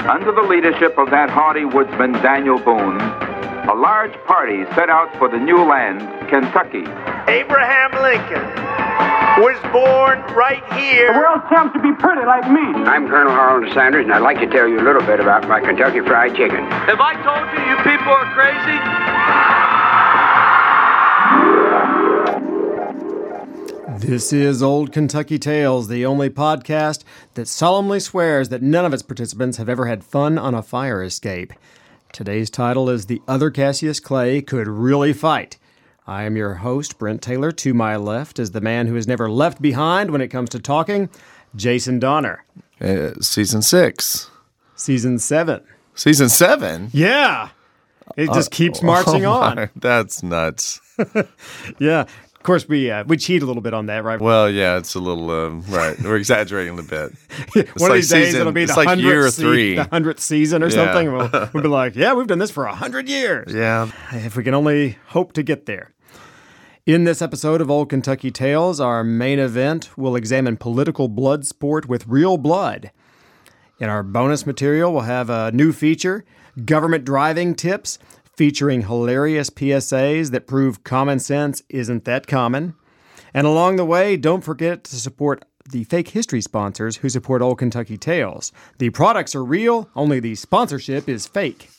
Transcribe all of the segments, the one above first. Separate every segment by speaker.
Speaker 1: Under the leadership of that hardy woodsman, Daniel Boone, a large party set out for the new land, Kentucky.
Speaker 2: Abraham Lincoln was born right here.
Speaker 3: The world tempts to be pretty like me.
Speaker 4: I'm Colonel Harold Sanders, and I'd like to tell you a little bit about my Kentucky Fried Chicken.
Speaker 5: Have I told you you people are crazy?
Speaker 6: This is Old Kentucky Tales, the only podcast that solemnly swears that none of its participants have ever had fun on a fire escape. Today's title is The Other Cassius Clay Could Really Fight. I am your host, Brent Taylor. To my left is the man who is never left behind when it comes to talking, Jason Donner.
Speaker 7: Uh, season six.
Speaker 6: Season 7.
Speaker 7: Season seven?
Speaker 6: Yeah. It just keeps marching
Speaker 7: Oh
Speaker 6: on.
Speaker 7: my, that's nuts.
Speaker 6: Yeah. Of course, we uh, we cheat a little bit on that, right?
Speaker 7: Well, yeah, it's a little, um, right. We're exaggerating a bit. It's
Speaker 6: One
Speaker 7: like
Speaker 6: of these days
Speaker 7: season-
Speaker 6: it'll be the
Speaker 7: it's like
Speaker 6: hundredth
Speaker 7: year
Speaker 6: se-
Speaker 7: three.
Speaker 6: the hundredth season or
Speaker 7: Yeah.
Speaker 6: something. We'll, we'll be like, yeah, we've done this for a hundred years.
Speaker 7: Yeah.
Speaker 6: If we can only hope to get there. In this episode of Old Kentucky Tales, our main event will examine political blood sport with real blood. In our bonus material, we'll have a new feature government driving tips featuring hilarious PSAs that prove common sense isn't that common. And along the way, don't forget to support the fake history sponsors who support Old Kentucky Tales. The products are real, only the sponsorship is fake.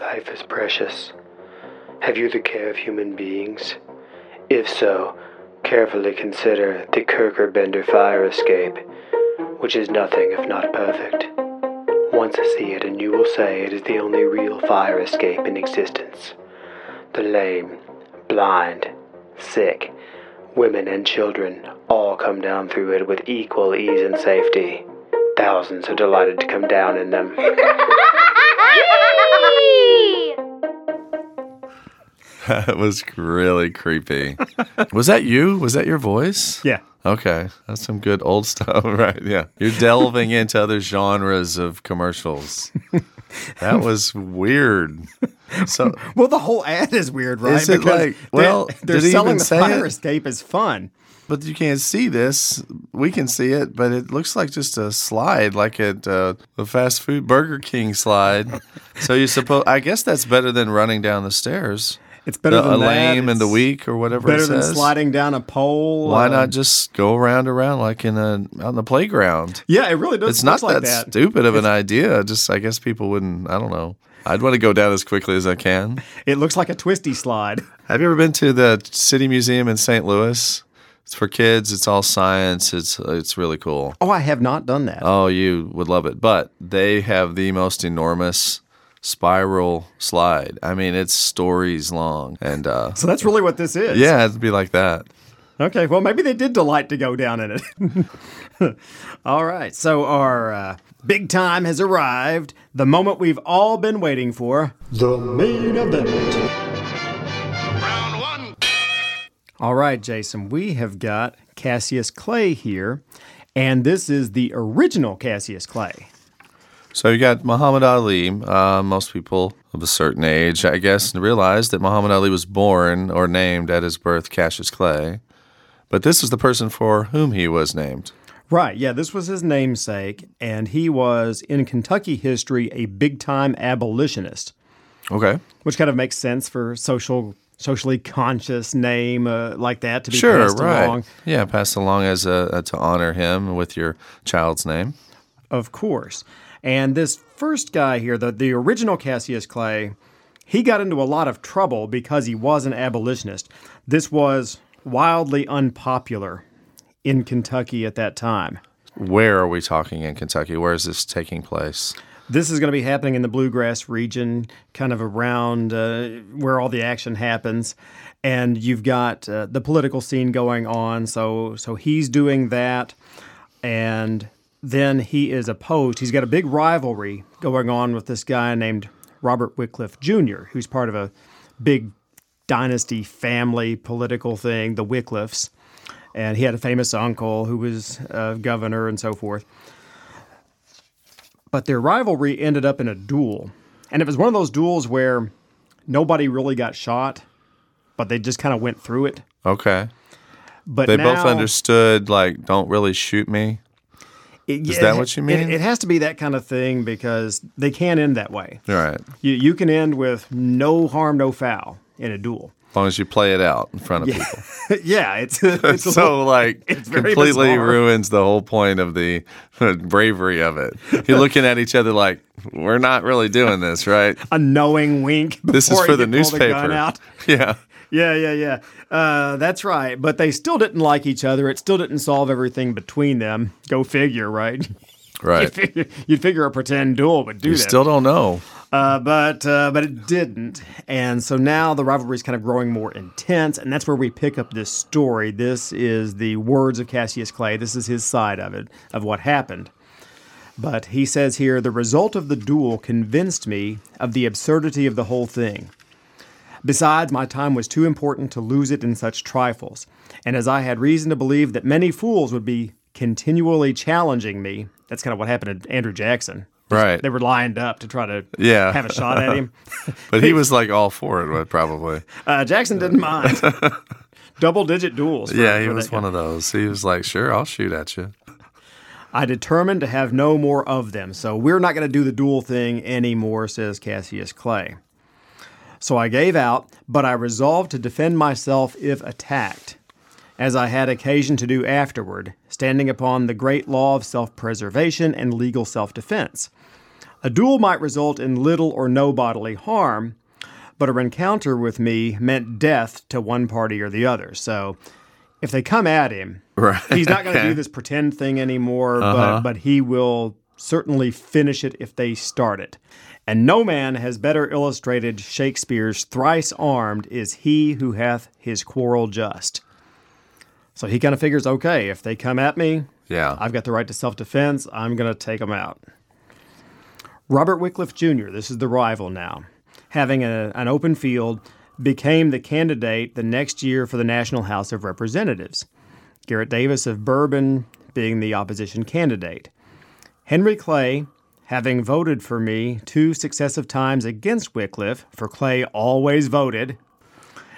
Speaker 8: Life is precious. Have you the care of human beings? If so, carefully consider the Kirker Bender fire escape, which is nothing if not perfect. Once see it, and you will say it is the only real fire escape in existence. The lame, blind, sick, women, and children all come down through it with equal ease and safety. Thousands are delighted to come down in them.
Speaker 7: That was really creepy. was that you? Was that your voice?
Speaker 6: Yeah.
Speaker 7: Okay. That's some good old stuff. Right. Yeah. You're delving into other genres of commercials. That was weird. So,
Speaker 6: Well, the whole ad is weird, right?
Speaker 7: Is it
Speaker 6: they-
Speaker 7: like- well,
Speaker 6: they're
Speaker 7: did he
Speaker 6: selling
Speaker 7: even
Speaker 6: the
Speaker 7: say
Speaker 6: fire
Speaker 7: it?
Speaker 6: escape as fun.
Speaker 7: But you can't see this. We can see it, but it looks like just a slide, like at uh, the fast food Burger King slide. so you suppose? I guess that's better than running down the stairs.
Speaker 6: It's better
Speaker 7: the,
Speaker 6: than
Speaker 7: a
Speaker 6: that.
Speaker 7: lame and the
Speaker 6: It's
Speaker 7: weak or whatever.
Speaker 6: Better
Speaker 7: it
Speaker 6: than
Speaker 7: says.
Speaker 6: sliding down a pole.
Speaker 7: Why
Speaker 6: um,
Speaker 7: not just go around around like in a out in the playground?
Speaker 6: Yeah, it really does.
Speaker 7: It's not
Speaker 6: look like
Speaker 7: that, stupid of an idea. Just I guess people wouldn't. I don't know. I'd want to go down as quickly as I can.
Speaker 6: It looks like a twisty slide.
Speaker 7: Have you ever been to the City Museum in St. Louis? It's for kids. It's all science. It's it's really cool.
Speaker 6: Oh, I have not done that.
Speaker 7: Oh, you would love it. But they have the most enormous spiral slide. I mean, it's stories long. And uh,
Speaker 6: so that's really what this is.
Speaker 7: yeah, it'd be like that.
Speaker 6: Okay. Well, maybe they did delight to go down in it. all right. So our uh, big time has arrived. The moment we've all been waiting for.
Speaker 3: The main event.
Speaker 6: All right, Jason, we have got Cassius Clay here, and this is the original Cassius Clay.
Speaker 7: So you got Muhammad Ali. Uh, most people of a certain age, I guess, realize that Muhammad Ali was born or named at his birth Cassius Clay. But this was the person for whom he was named.
Speaker 6: Right, yeah, this was his namesake, and he was, in Kentucky history, a big time abolitionist,
Speaker 7: Okay.
Speaker 6: which kind of makes sense for social. Socially conscious name uh, like that to be
Speaker 7: Sure,
Speaker 6: passed
Speaker 7: right.
Speaker 6: along,
Speaker 7: Yeah, passed along as a, uh to honor him with your child's name.
Speaker 6: of course. And this first guy here, the, the original Cassius Clay, he got into a lot of trouble because he was an abolitionist. This was wildly unpopular in Kentucky at that time.
Speaker 7: Where are we talking in Kentucky? Where is this taking place?
Speaker 6: This is going to be happening in the bluegrass region, kind of around uh, where all the action happens, and you've got uh, the political scene going on. So, so he's doing that, and then he is opposed. He's got a big rivalry going on with this guy named Robert Wycliffe Jr., who's part of a big dynasty family political thing, the Wycliffes, and he had a famous uncle who was uh, governor and so forth but their rivalry ended up in a duel. And it was one of those duels where nobody really got shot, but they just kind of went through it.
Speaker 7: Okay.
Speaker 6: But
Speaker 7: They
Speaker 6: now
Speaker 7: both understood, like, don't really shoot me.
Speaker 6: It-
Speaker 7: Is
Speaker 6: yeah,
Speaker 7: that what you
Speaker 6: it-
Speaker 7: mean?
Speaker 6: it has to be that kind of thing because they can end that way.
Speaker 7: All right.
Speaker 6: You, you can end with no harm, no foul in a duel.
Speaker 7: As long as you play it out in front of people.
Speaker 6: yeah, it's, it's a little-
Speaker 7: so like
Speaker 6: very
Speaker 7: completely
Speaker 6: bizarre.
Speaker 7: ruins the whole point of the bravery of it. You're looking at each other like we're not really doing this, right?
Speaker 6: a knowing wink.
Speaker 7: This is
Speaker 6: before
Speaker 7: for
Speaker 6: you
Speaker 7: the
Speaker 6: pull gun
Speaker 7: newspaper.
Speaker 6: out.
Speaker 7: Yeah.
Speaker 6: Yeah, yeah, yeah. Uh, that's right. But they still didn't like each other. It still didn't solve everything between them. Go figure, right?
Speaker 7: Right.
Speaker 6: You'd figure a pretend duel would do
Speaker 7: You
Speaker 6: that.
Speaker 7: still don't know.
Speaker 6: Uh, but uh, but it didn't, and so now the rivalry is kind of growing more intense, and that's where we pick up this story. This is the words of Cassius Clay. This is his side of it, of what happened. But he says here, the result of the duel convinced me of the absurdity of the whole thing. Besides, my time was too important to lose it in such trifles, and as I had reason to believe that many fools would be continually challenging me, that's kind of what happened to Andrew Jackson.
Speaker 7: Right.
Speaker 6: They were lined up to try to
Speaker 7: Yeah.
Speaker 6: have a shot at him.
Speaker 7: But he was like all for it, wa- probably.
Speaker 6: Uh, Jackson didn't mind. Double digit duels. for-
Speaker 7: Yeah, he
Speaker 6: for that
Speaker 7: was
Speaker 6: guy.
Speaker 7: one of those. He was like, sure, I'll shoot at you.
Speaker 6: I determined to have no more of them, so we're not going to do the duel thing anymore, says Cassius Clay. So I gave out, but I resolved to defend myself if attacked, as I had occasion to do afterward, standing upon the great law of self preservation and legal self defense. A duel might result in little or no bodily harm, but a rencounter with me meant death to one party or the other. So if they come at him,
Speaker 7: Right.
Speaker 6: he's not going to
Speaker 7: Okay.
Speaker 6: do this pretend thing anymore, but, but he will certainly finish it if they start it. And no man has better illustrated Shakespeare's thrice armed is he who hath his quarrel just. So he kind of figures, okay, if they come at me,
Speaker 7: Yeah.
Speaker 6: I've got the right to self defense. I'm going to take them out. Robert Wycliffe Jr., this is the rival now, having a, an open field, became the candidate the next year for the National House of Representatives. Garrett Davis of Bourbon being the opposition candidate. Henry Clay, having voted for me two successive times against Wycliffe, for Clay always voted,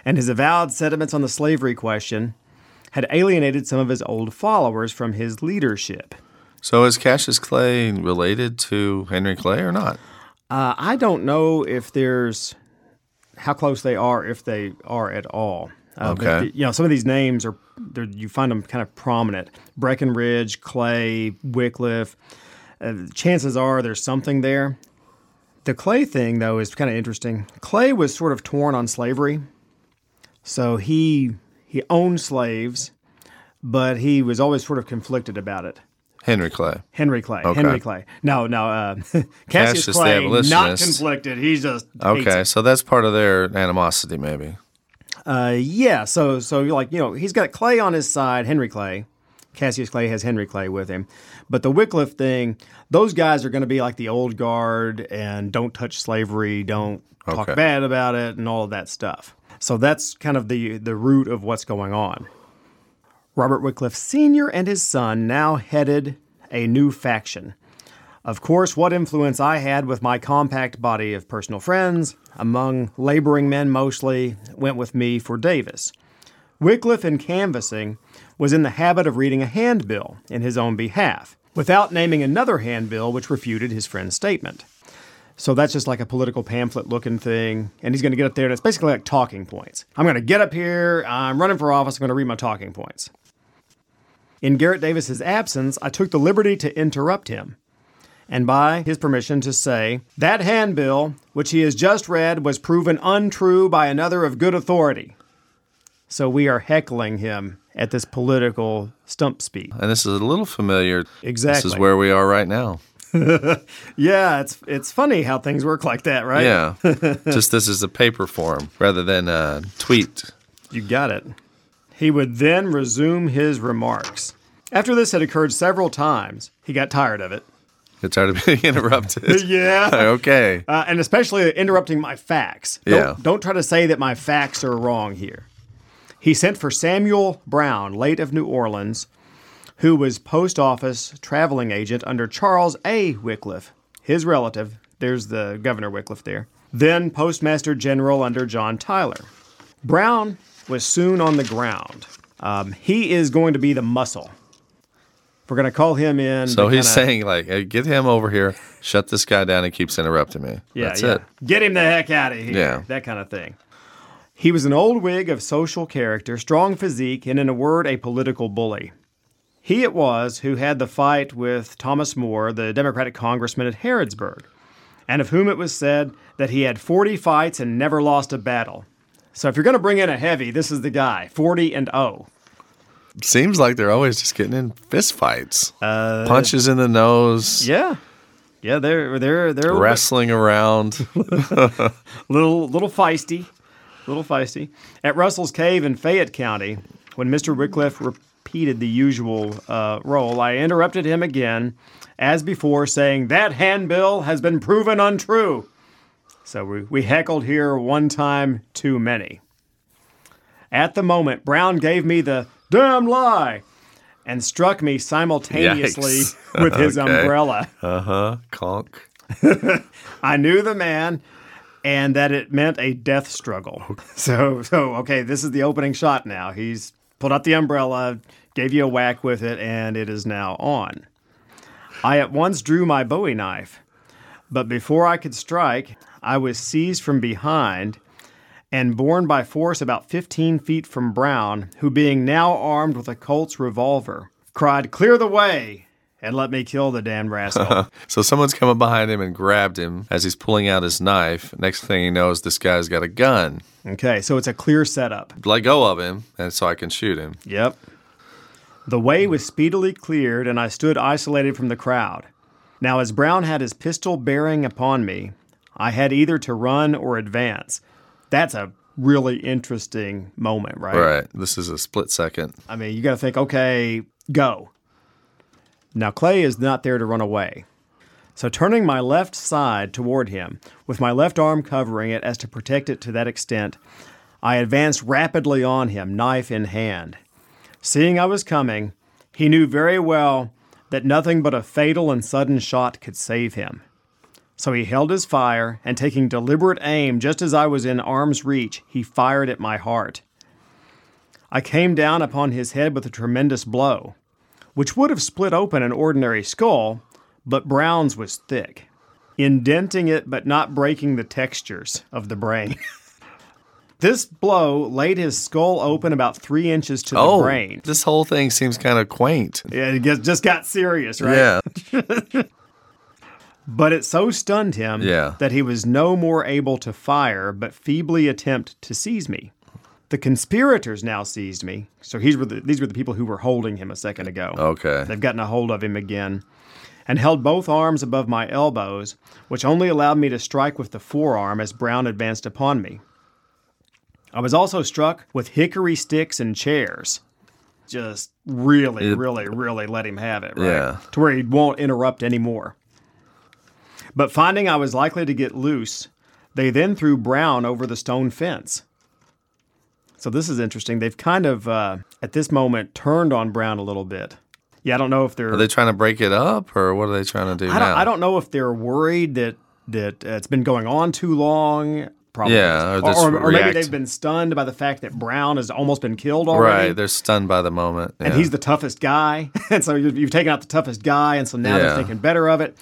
Speaker 6: and his avowed sentiments on the slavery question, had alienated some of his old followers from his leadership.
Speaker 7: So is Cassius Clay related to Henry Clay or not?
Speaker 6: Uh, I don't know if there's how close they are, if they are at all. Uh, but
Speaker 7: Okay.
Speaker 6: the- you know, some of these names are they're- you find them kind of prominent: Breckenridge, Clay, Wycliffe. Uh, chances are there's something there. The Clay thing, though, is kind of interesting. Clay was sort of torn on slavery, so he he owned slaves, but he was always sort of conflicted about it.
Speaker 7: Henry Clay.
Speaker 6: Henry Clay.
Speaker 7: Okay.
Speaker 6: Henry Clay. No, no. Uh, Cassius
Speaker 7: Cassius the
Speaker 6: Clay, not
Speaker 7: abolitionist.
Speaker 6: conflicted. He's just hates
Speaker 7: Okay,
Speaker 6: it.
Speaker 7: so that's part of their animosity, maybe.
Speaker 6: Uh, yeah. So, so you're like you know, he's got Clay on his side. Henry Clay. Cassius Clay has Henry Clay with him, but the Wycliffe thing, those guys are going to be like the old guard and don't touch slavery, don't talk
Speaker 7: Okay.
Speaker 6: bad about it, and all of that stuff. So that's kind of the the root of what's going on. Robert Wycliffe Sr. and his son now headed a new faction. Of course, what influence I had with my compact body of personal friends, among laboring men mostly, went with me for Davis. Wycliffe, in canvassing, was in the habit of reading a handbill in his own behalf, without naming another handbill which refuted his friend's statement. So that's just like a political pamphlet looking thing. And he's going to get up there, and it's basically like talking points. I'm going to get up here, I'm running for office, I'm going to read my talking points. In Garrett Davis's absence, I took the liberty to interrupt him and by his permission to say that handbill which he has just read was proven untrue by another of good authority. So we are heckling him at this political stump speak.
Speaker 7: And this is a little familiar. This
Speaker 6: Exactly.
Speaker 7: is where we are right now.
Speaker 6: Yeah, it's it's funny how things work like that, right?
Speaker 7: Yeah. Just this is a paper form rather than a tweet.
Speaker 6: You got it. He would then resume his remarks. After this had occurred several times, he got tired of it.
Speaker 7: Get tired of being interrupted.
Speaker 6: Yeah.
Speaker 7: okay.
Speaker 6: Uh, and especially interrupting my facts. Don't,
Speaker 7: Yeah.
Speaker 6: don't try to say that my facts are wrong here. He sent for Samuel Brown, late of New Orleans, who was post office traveling agent under Charles A. Wycliffe, his relative. There's the Governor Wycliffe there. Then postmaster general under John Tyler. Brown was soon on the ground. Um, he is going to be the muscle. We're going to call him in.
Speaker 7: So
Speaker 6: to
Speaker 7: he's
Speaker 6: kinda-
Speaker 7: saying, like, hey, get him over here. Shut this guy down. He keeps interrupting me.
Speaker 6: Yeah,
Speaker 7: That's
Speaker 6: yeah.
Speaker 7: it.
Speaker 6: Get him the heck out of here.
Speaker 7: Yeah.
Speaker 6: That kind of thing. He was an old Whig of social character, strong physique, and in a word, a political bully. He it was who had the fight with Thomas Moore, the Democratic congressman at Harrodsburg, and of whom it was said that he had 40 fights and never lost a battle. So if you're going to bring in a heavy, this is the guy, 40 and oh. 0.
Speaker 7: Seems like they're always just getting in fist fights, punches in the nose,
Speaker 6: Uh, Yeah. Yeah, they're they're they're a little
Speaker 7: wrestling around.
Speaker 6: little little feisty, little feisty. At Russell's Cave in Fayette County, when Mr. Wycliffe repeated the usual uh, role, I interrupted him again, as before, saying that handbill has been proven untrue. So we, we heckled here one time too many. At the moment, Brown gave me the damn lie and struck me simultaneously
Speaker 7: Yikes.
Speaker 6: with his
Speaker 7: Okay.
Speaker 6: umbrella.
Speaker 7: uh huh. Conk.
Speaker 6: I knew the man and that it meant a death struggle. So so okay, this is the opening shot now. He's pulled out the umbrella, gave you a whack with it and it is now on. I at once drew my bowie knife, but before I could strike, I was seized from behind and borne by force about 15 feet from Brown, who being now armed with a Colt's revolver, cried, "Clear the way!" and let me kill the damned rascal.
Speaker 7: So someone's come up behind him and grabbed him as he's pulling out his knife. Next thing he knows, this guy's got a gun.
Speaker 6: okay, so it's a clear setup.
Speaker 7: Let go of him, and so I can shoot him.
Speaker 6: Yep. The way was speedily cleared, and I stood isolated from the crowd. Now, as Brown had his pistol bearing upon me, I had either to run or advance. That's a really interesting moment, right?
Speaker 7: All right. This is a split second.
Speaker 6: I mean, you got to think, okay, go. Now, Clay is not there to run away. So, turning my left side toward him, with my left arm covering it as to protect it to that extent, I advanced rapidly on him, knife in hand. Seeing I was coming, he knew very well that nothing but a fatal and sudden shot could save him. So he held his fire, and taking deliberate aim just as I was in arm's reach, he fired at my heart. I came down upon his head with a tremendous blow, which would have split open an ordinary skull, but Brown's was thick, indenting it but not breaking the textures of the brain. this blow laid his skull open about three inches to the
Speaker 7: oh,
Speaker 6: brain.
Speaker 7: this whole thing seems kind of quaint.
Speaker 6: Yeah, it gets, just got serious, right?
Speaker 7: Yeah.
Speaker 6: But it so stunned him
Speaker 7: Yeah.
Speaker 6: that he was no more able to fire, but feebly attempt to seize me. The conspirators now seized me. So these were the, these were the people who were holding him a second ago.
Speaker 7: Okay.
Speaker 6: They've gotten a hold of him again and held both arms above my elbows, which only allowed me to strike with the forearm as Brown advanced upon me. I was also struck with hickory sticks and chairs. Just really, really, really let him have it, right?
Speaker 7: Yeah.
Speaker 6: To where he won't interrupt anymore. But finding I was likely to get loose, they then threw Brown over the stone fence. So this is interesting. They've kind of, uh, at this moment, turned on Brown a little bit. Yeah, I don't know if they're.
Speaker 7: Are they trying to break it up, or what are they trying to do
Speaker 6: I
Speaker 7: now?
Speaker 6: don't, I don't know if they're worried that that uh, it's been going on too long. Probably.
Speaker 7: Yeah, or
Speaker 6: Or,
Speaker 7: just
Speaker 6: or, or maybe
Speaker 7: react.
Speaker 6: they've been stunned by the fact that Brown has almost been killed already.
Speaker 7: Right. They're stunned by the moment.
Speaker 6: and
Speaker 7: Yeah.
Speaker 6: he's the toughest guy. and so you've, you've taken out the toughest guy. And so now they're
Speaker 7: Yeah.
Speaker 6: thinking better of it.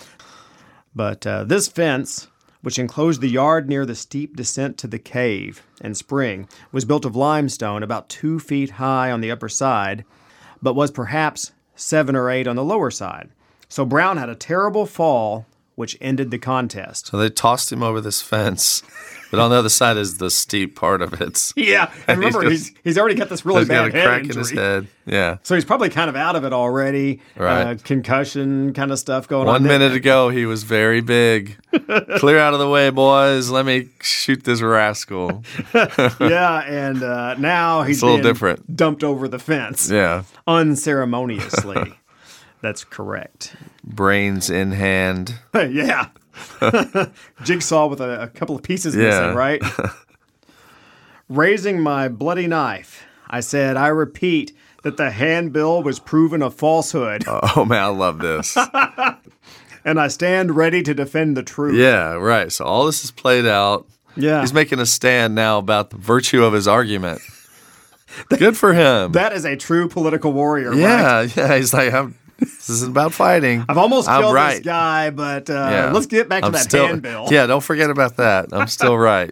Speaker 6: But uh, this fence, which enclosed the yard near the steep descent to the cave and spring, was built of limestone about two feet high on the upper side, but was perhaps seven or eight on the lower side. So Brown had a terrible fall, which ended the contest.
Speaker 7: So they tossed him over this fence, but on the other side is the steep part of it.
Speaker 6: Yeah, and
Speaker 7: He's
Speaker 6: remember he's,
Speaker 7: just-
Speaker 6: he's, already got this really
Speaker 7: He's got
Speaker 6: bad
Speaker 7: a
Speaker 6: head
Speaker 7: crack
Speaker 6: injury.
Speaker 7: in his head. Yeah.
Speaker 6: So he's probably kind of out of it already. Uh,
Speaker 7: Right.
Speaker 6: concussion kind of stuff going on.
Speaker 7: One
Speaker 6: there.
Speaker 7: minute ago, he was very big. Clear out of the way, boys. Let me shoot this rascal.
Speaker 6: yeah, and uh, now he's
Speaker 7: a little
Speaker 6: being
Speaker 7: different.
Speaker 6: Dumped over the fence
Speaker 7: Yeah.
Speaker 6: unceremoniously. That's correct.
Speaker 7: Brains in hand.
Speaker 6: yeah. Jigsaw with a, a couple of pieces
Speaker 7: Yeah.
Speaker 6: missing, right? Raising my bloody knife, I said, I repeat that the handbill was proven a falsehood,
Speaker 7: Oh, man, I love this.
Speaker 6: and I stand ready to defend the truth.
Speaker 7: yeah, right. So all this is played out.
Speaker 6: Yeah.
Speaker 7: He's making a stand now about the virtue of his argument. Good for him.
Speaker 6: that is a true political warrior, right?
Speaker 7: yeah, yeah. He's like, I'm This isn't about fighting.
Speaker 6: I've almost
Speaker 7: I'm
Speaker 6: killed
Speaker 7: right.
Speaker 6: this guy, but uh, let's get back to
Speaker 7: I'm
Speaker 6: that
Speaker 7: still-
Speaker 6: handbill.
Speaker 7: Yeah, don't forget about that. I'm still right.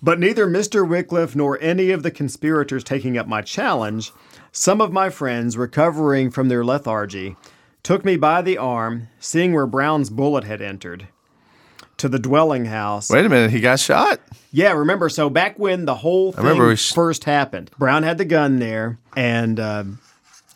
Speaker 6: But neither Mr. Wycliffe nor any of the conspirators taking up my challenge, some of my friends, recovering from their lethargy, took me by the arm, seeing where Brown's bullet had entered, to the dwelling house.
Speaker 7: Wait a minute, he got shot.
Speaker 6: Yeah, remember? So back when the whole thing
Speaker 7: remember we sh-
Speaker 6: first happened, Brown had the gun there, and uh,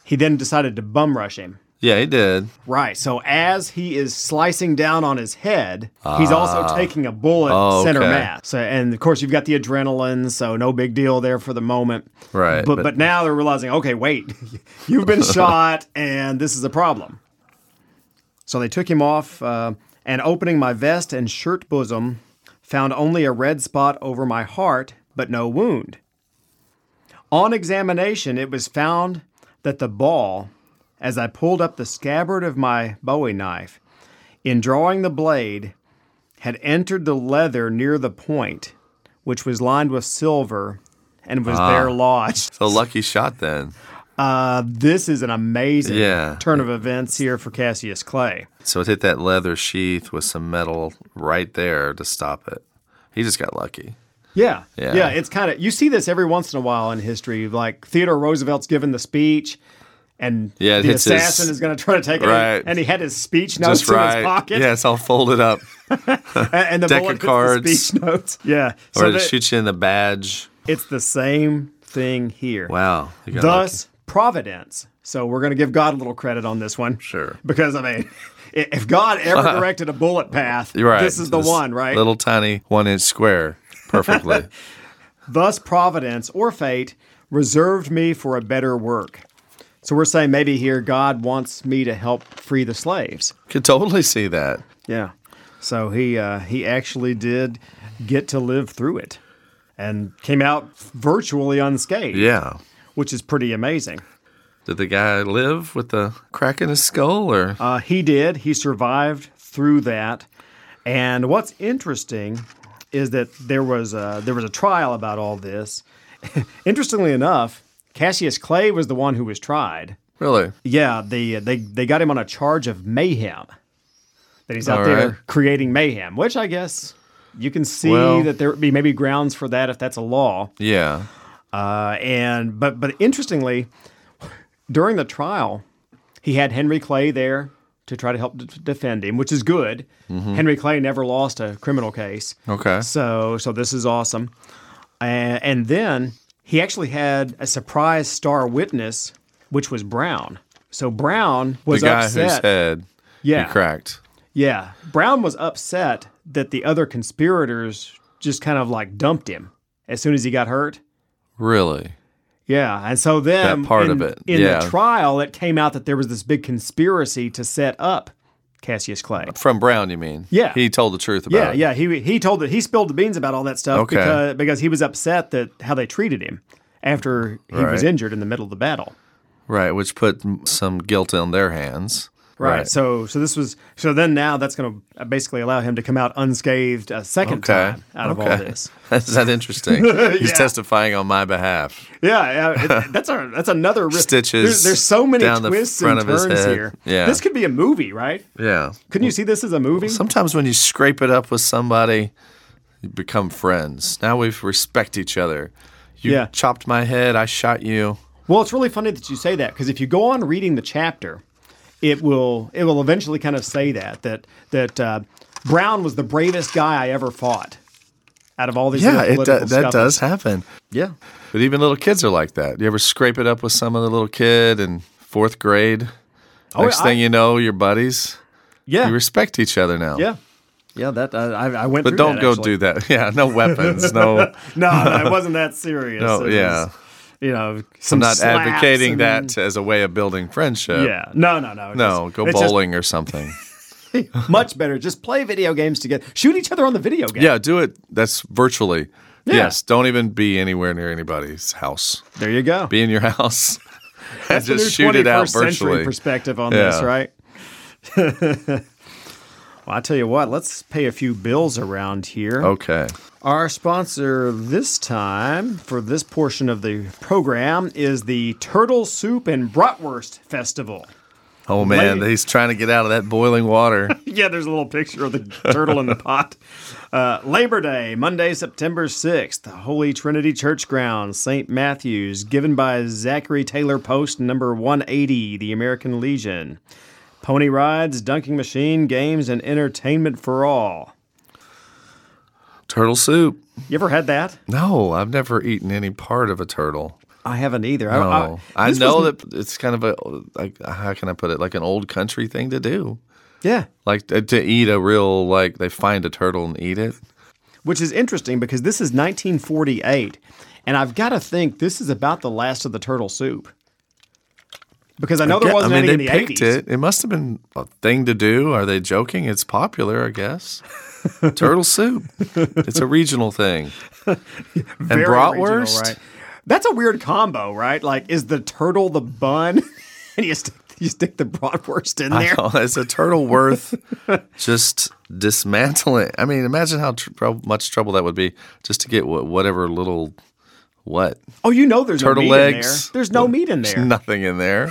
Speaker 6: he then decided to bum rush him.
Speaker 7: Yeah, he did.
Speaker 6: Right. So as he is slicing down on his head, he's also taking a bullet
Speaker 7: Ah. Oh,
Speaker 6: center
Speaker 7: okay.
Speaker 6: mass. So, and of course, you've got the adrenaline, so no big deal there for the moment.
Speaker 7: Right,
Speaker 6: But but,
Speaker 7: but-
Speaker 6: now they're realizing, okay, wait, you've been shot, and this is a problem. So they took him off, uh, and opening my vest and shirt bosom, found only a red spot over my heart, but no wound. On examination, it was found that the ball, as I pulled up the scabbard of my bowie knife, in drawing the blade, had entered the leather near the point, which was lined with silver and
Speaker 7: Ah.
Speaker 6: was there lodged.
Speaker 7: So lucky shot then.
Speaker 6: Uh, this is an amazing
Speaker 7: Yeah.
Speaker 6: turn of events here for Cassius Clay.
Speaker 7: So it hit that leather sheath with some metal right there to stop it. He just got lucky.
Speaker 6: Yeah.
Speaker 7: Yeah.
Speaker 6: It's kind of, you see this every once in a while in history. Like Theodore Roosevelt's given the speech. And
Speaker 7: Yeah, it
Speaker 6: the
Speaker 7: hits his-
Speaker 6: assassin is going to try to take it,
Speaker 7: Right.
Speaker 6: and he had his speech notes
Speaker 7: just right.
Speaker 6: in his pocket.
Speaker 7: Yeah, it's all folded up.
Speaker 6: and, and the
Speaker 7: Deck
Speaker 6: bullet
Speaker 7: of
Speaker 6: hits the
Speaker 7: cards.
Speaker 6: speech notes. Yeah,
Speaker 7: or
Speaker 6: so
Speaker 7: it
Speaker 6: the-
Speaker 7: shoots you in the badge.
Speaker 6: it's the same thing here.
Speaker 7: Wow. he got
Speaker 6: Thus, providence. So we're going to give God a little credit on this one.
Speaker 7: Sure.
Speaker 6: Because I mean, i- if God ever directed a bullet path,
Speaker 7: lucky. You're right.
Speaker 6: this is the one, right?
Speaker 7: Little tiny one inch square. Perfectly.
Speaker 6: Thus, providence or fate reserved me for a better work. So we're saying maybe here God wants me to help free the slaves.
Speaker 7: Could totally see that.
Speaker 6: Yeah. So he uh, he actually did get to live through it, and came out virtually unscathed.
Speaker 7: Yeah.
Speaker 6: which is pretty amazing.
Speaker 7: Did the guy live with the crack in his skull or
Speaker 6: Uh, he did. He survived through that. And what's interesting is that there was a, there was a trial about all this. Interestingly enough, Cassius Clay was the one who was tried.
Speaker 7: really?
Speaker 6: Yeah, the they they got him on a charge of mayhem. That he's out
Speaker 7: All
Speaker 6: there
Speaker 7: right.
Speaker 6: creating mayhem, which I guess you can see
Speaker 7: Well-
Speaker 6: that there would be maybe grounds for that if that's a law.
Speaker 7: Yeah.
Speaker 6: Uh, and but but interestingly, during the trial, he had Henry Clay there to try to help d- defend him, which is good.
Speaker 7: Mm-hmm.
Speaker 6: Henry Clay never lost a criminal case,
Speaker 7: Okay.
Speaker 6: so so this is awesome. And, and then he actually had a surprise star witness, which was Brown. So Brown
Speaker 7: The
Speaker 6: was
Speaker 7: guy
Speaker 6: upset.
Speaker 7: whose head
Speaker 6: yeah,
Speaker 7: he cracked.
Speaker 6: yeah. Brown was upset that the other conspirators just kind of like dumped him as soon as he got hurt.
Speaker 7: Really?
Speaker 6: Yeah, and so then
Speaker 7: That part
Speaker 6: in,
Speaker 7: of it,
Speaker 6: in
Speaker 7: yeah.
Speaker 6: the trial, it came out that there was this big conspiracy to set up Cassius Clay.
Speaker 7: From Brown, you mean?
Speaker 6: Yeah.
Speaker 7: He told the truth about
Speaker 6: Yeah,
Speaker 7: it.
Speaker 6: yeah. He he told that he spilled the beans about all that stuff
Speaker 7: Uh. Okay.
Speaker 6: because because he was upset that how they treated him after he was
Speaker 7: Right.
Speaker 6: injured in the middle of the battle.
Speaker 7: Right, which put m- some guilt on their hands.
Speaker 6: Right. So so this was so then now that's going to basically allow him to come out unscathed a second time out of all
Speaker 7: Okay.
Speaker 6: this.
Speaker 7: Is that interesting? He's testifying on my behalf.
Speaker 6: Yeah, yeah, it- that's our that's another risk.
Speaker 7: Stitches
Speaker 6: There's, there's so many
Speaker 7: down the
Speaker 6: twists
Speaker 7: front
Speaker 6: and
Speaker 7: of his
Speaker 6: turns
Speaker 7: head.
Speaker 6: here.
Speaker 7: Yeah.
Speaker 6: This could be a movie, right?
Speaker 7: Yeah.
Speaker 6: Couldn't you see this as a movie?
Speaker 7: Sometimes when you scrape it up with somebody, you become friends. Now we respect each other. You
Speaker 6: Yeah.
Speaker 7: chopped my head, I shot you.
Speaker 6: Well, it's really funny that you say that because if you go on reading the chapter, it will it will eventually kind of say that that that uh, Brown was the bravest guy I ever fought out of all these.
Speaker 7: Yeah,
Speaker 6: little
Speaker 7: it do-
Speaker 6: political
Speaker 7: that
Speaker 6: scuffles.
Speaker 7: does happen.
Speaker 6: Yeah,
Speaker 7: But even little kids are like that. You ever scrape it up with some other little kid in fourth grade?
Speaker 6: Oh,
Speaker 7: Next
Speaker 6: yeah,
Speaker 7: thing
Speaker 6: I-
Speaker 7: you know, you're buddies.
Speaker 6: yeah,
Speaker 7: You respect each other now.
Speaker 6: yeah, yeah. That uh, I, I went.
Speaker 7: But
Speaker 6: through
Speaker 7: don't
Speaker 6: that,
Speaker 7: go
Speaker 6: actually.
Speaker 7: do that. Yeah, no weapons, no
Speaker 6: No, no, it wasn't that serious.
Speaker 7: No,
Speaker 6: It was,
Speaker 7: yeah.
Speaker 6: you know, some
Speaker 7: I'm not
Speaker 6: slaps
Speaker 7: advocating
Speaker 6: and-
Speaker 7: that as a way of building friendship.
Speaker 6: Yeah, no, no, no.
Speaker 7: No,
Speaker 6: Just-
Speaker 7: go
Speaker 6: it's just
Speaker 7: bowling or something.
Speaker 6: much better. Just play video games together. Shoot each other on the video game.
Speaker 7: Yeah, do it. That's virtually.
Speaker 6: Yeah.
Speaker 7: Yes, don't even be anywhere near anybody's house.
Speaker 6: there you go.
Speaker 7: Be in your house and
Speaker 6: That's the
Speaker 7: just
Speaker 6: new
Speaker 7: shoot it out
Speaker 6: 21st century
Speaker 7: virtually.
Speaker 6: perspective on this,
Speaker 7: Yeah.
Speaker 6: right? Well, I tell you what, let's pay a few bills around here.
Speaker 7: Okay.
Speaker 6: Our sponsor this time for this portion of the program is the Turtle Soup and Bratwurst Festival.
Speaker 7: Oh man, he's trying to get out of that boiling water.
Speaker 6: yeah, there's a little picture of the turtle in the pot. Uh, Labor Day, Monday, September 6th, Holy Trinity Church Grounds, St. Matthew's, given by Zachary Taylor Post, number 180, the American Legion. Pony rides, dunking machine, games, and entertainment for all.
Speaker 7: Turtle soup.
Speaker 6: You ever had that?
Speaker 7: No, I've never eaten any part of a turtle.
Speaker 6: I haven't either.
Speaker 7: No. I,
Speaker 6: Uh, this
Speaker 7: know
Speaker 6: was-
Speaker 7: that it's kind of a like how can I put it like an old country thing to do,
Speaker 6: Yeah.
Speaker 7: like to to eat a real like they find a turtle and eat it.
Speaker 6: which is interesting because this is 1948, and I've got to think this is about the last of the turtle soup. Because I know there
Speaker 7: Yeah,
Speaker 6: wasn't
Speaker 7: I mean,
Speaker 6: any in
Speaker 7: they
Speaker 6: the
Speaker 7: picked
Speaker 6: 80s.
Speaker 7: it. It must have been a thing to do. Are they joking? It's popular, I guess. turtle soup. It's a regional thing. and
Speaker 6: Very
Speaker 7: bratwurst.
Speaker 6: original, right? That's a weird combo, right? Like, is the turtle the bun, and you stick you stick the bratwurst in there?
Speaker 7: I know, it's a turtle worth just dismantling. I mean, imagine how tr- how much trouble that would be just to get wha- whatever little what
Speaker 6: Oh, you know there's
Speaker 7: turtle
Speaker 6: no meat in there.
Speaker 7: legs.
Speaker 6: There's no meat in
Speaker 7: There's
Speaker 6: there.
Speaker 7: nothing in there.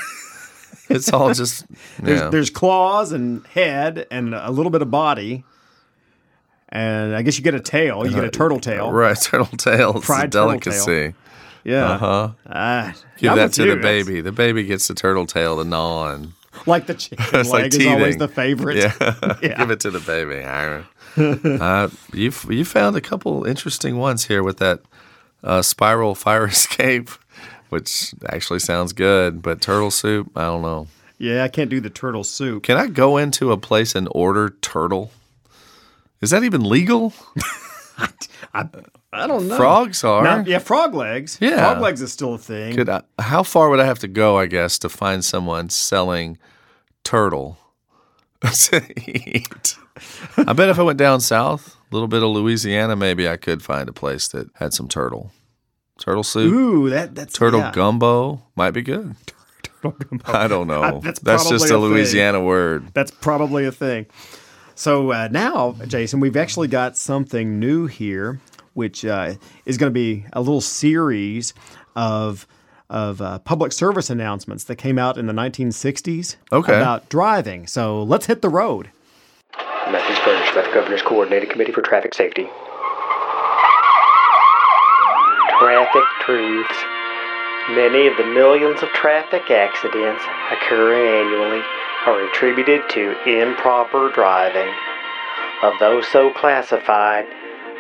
Speaker 7: It's all just
Speaker 6: There's,
Speaker 7: yeah.
Speaker 6: there's claws and head and a little bit of body, and I guess you get a tail. You get a turtle tail.
Speaker 7: Uh, right turtle tail. It's a
Speaker 6: Fried turtle tail.
Speaker 7: delicacy.
Speaker 6: Yeah.
Speaker 7: Huh?
Speaker 6: Ah,
Speaker 7: Uh-huh. Give
Speaker 6: I'm
Speaker 7: that
Speaker 6: with
Speaker 7: to
Speaker 6: you.
Speaker 7: the
Speaker 6: That's-
Speaker 7: baby. The baby gets the turtle tail to gnaw on.
Speaker 6: Like the chicken leg
Speaker 7: It's like
Speaker 6: is always
Speaker 7: teething.
Speaker 6: the favorite.
Speaker 7: Yeah.
Speaker 6: Yeah.
Speaker 7: Give it to the baby. Ira. uh, you you found a couple interesting ones here with that uh, spiral fire escape, which actually sounds good. But turtle soup, I don't know.
Speaker 6: Yeah, I can't do the turtle soup.
Speaker 7: Can I go into a place and order turtle? Is that even legal?
Speaker 6: I don't know.
Speaker 7: Frogs are.
Speaker 6: Not- yeah, frog legs.
Speaker 7: Yeah.
Speaker 6: Frog legs is still a thing.
Speaker 7: Could I, how far would I have to go? I guess to find someone selling turtle to eat. I bet if I went down south, a little bit of Louisiana, maybe I could find a place that had some turtle, turtle soup,
Speaker 6: Ooh, that that's
Speaker 7: turtle
Speaker 6: yeah.
Speaker 7: gumbo might be good. I don't know.
Speaker 6: That's
Speaker 7: just
Speaker 6: probably
Speaker 7: a,
Speaker 6: a thing.
Speaker 7: Louisiana word.
Speaker 6: That's probably a thing. So uh, now, Jason, we've actually got something new here, which uh, is going to be a little series of of uh, public service announcements that came out in the 1960s
Speaker 7: Okay.
Speaker 6: about driving. So let's hit the road.
Speaker 8: Message furnished by the Governor's Coordinating Committee for Traffic Safety. Traffic truths. Many of the millions of traffic accidents occurring annually are attributed to improper driving. Of those so classified,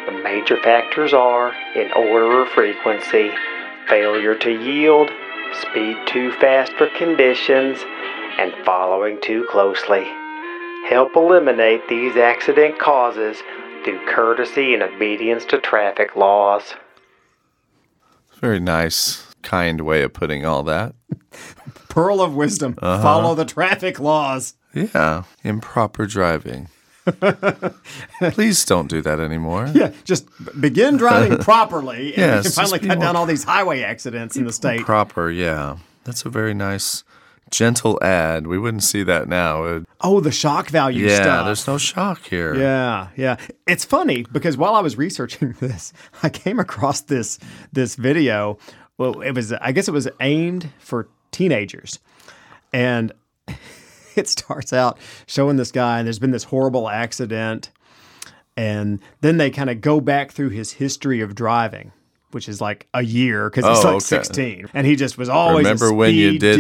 Speaker 8: the major factors are, in order of frequency, failure to yield, speed too fast for conditions, and following too closely. Help eliminate these accident causes through courtesy and obedience to traffic laws.
Speaker 7: Very nice, kind way of putting all that.
Speaker 6: Pearl of wisdom.
Speaker 7: Uh-huh.
Speaker 6: Follow the traffic laws.
Speaker 7: Yeah, improper driving. Please don't do that anymore.
Speaker 6: Yeah, just b- begin driving properly, and
Speaker 7: Yes,
Speaker 6: you can
Speaker 7: just
Speaker 6: finally
Speaker 7: be
Speaker 6: cut
Speaker 7: more
Speaker 6: down all these highway accidents in the state.
Speaker 7: proper yeah that's a very nice gentle ad we wouldn't see that now It-
Speaker 6: oh, the shock value
Speaker 7: yeah
Speaker 6: stuff.
Speaker 7: there's no shock here
Speaker 6: yeah, yeah. It's funny because while I was researching this, I came across this this video. Well, it was I guess it was aimed for teenagers, and it starts out showing this guy, and there's been this horrible accident, and then they kind of go back through his history of driving, which is like a year because he's
Speaker 7: Oh,
Speaker 6: like
Speaker 7: okay.
Speaker 6: 16, and he just was always a
Speaker 7: remember when you
Speaker 6: speed
Speaker 7: did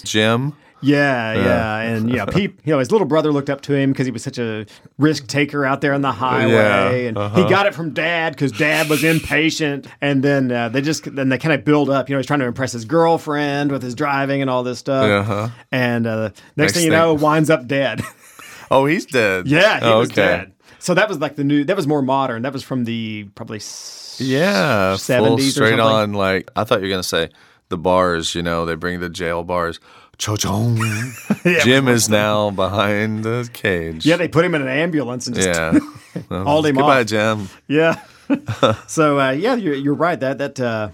Speaker 6: demon.
Speaker 7: jim
Speaker 6: Yeah, yeah, and you know, he, you know, his little brother looked up to him because he was such a risk taker out there on the highway,
Speaker 7: Yeah, uh-huh.
Speaker 6: and he got it from dad because dad was impatient. And then uh, they just then they kind of build up. You know, he's trying to impress his girlfriend with his driving and all this stuff.
Speaker 7: Uh-huh.
Speaker 6: And uh, next,
Speaker 7: Next
Speaker 6: thing you
Speaker 7: thing-
Speaker 6: know, winds up dead.
Speaker 7: oh he's dead
Speaker 6: yeah, he
Speaker 7: Oh,
Speaker 6: was dead. So that was like the new. That was more modern. That was from the probably s-
Speaker 7: yeah full
Speaker 6: 70s or
Speaker 7: straight
Speaker 6: something.
Speaker 7: on like i thought you were gonna say the bars you know they bring the jail bars Cho-chong. jim is now behind the cage
Speaker 6: Yeah, they put him in an ambulance and just
Speaker 7: yeah
Speaker 6: hauled him
Speaker 7: goodbye
Speaker 6: off.
Speaker 7: jim
Speaker 6: Yeah. so uh, yeah, you're, you're right. That that uh,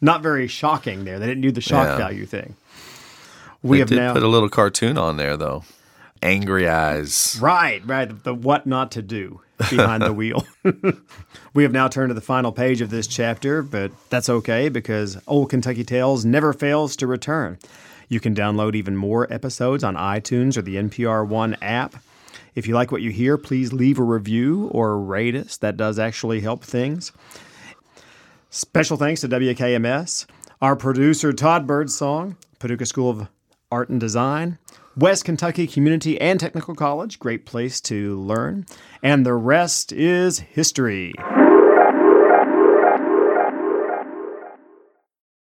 Speaker 6: not very shocking there. They didn't do the shock
Speaker 7: Yeah.
Speaker 6: value thing. We
Speaker 7: They
Speaker 6: have
Speaker 7: did
Speaker 6: now
Speaker 7: put a little cartoon on there though angry eyes.
Speaker 6: Right, right. The what not to do behind the wheel. we have now turned to the final page of this chapter, but that's okay because Old Kentucky Tales never fails to return. You can download even more episodes on iTunes or the NPR One app. If you like what you hear, please leave a review or rate us. That does actually help things. Special thanks to WKMS, our producer Todd Birdsong, Paducah School of Art and Design, West Kentucky Community and Technical College, great place to learn, and the rest is history.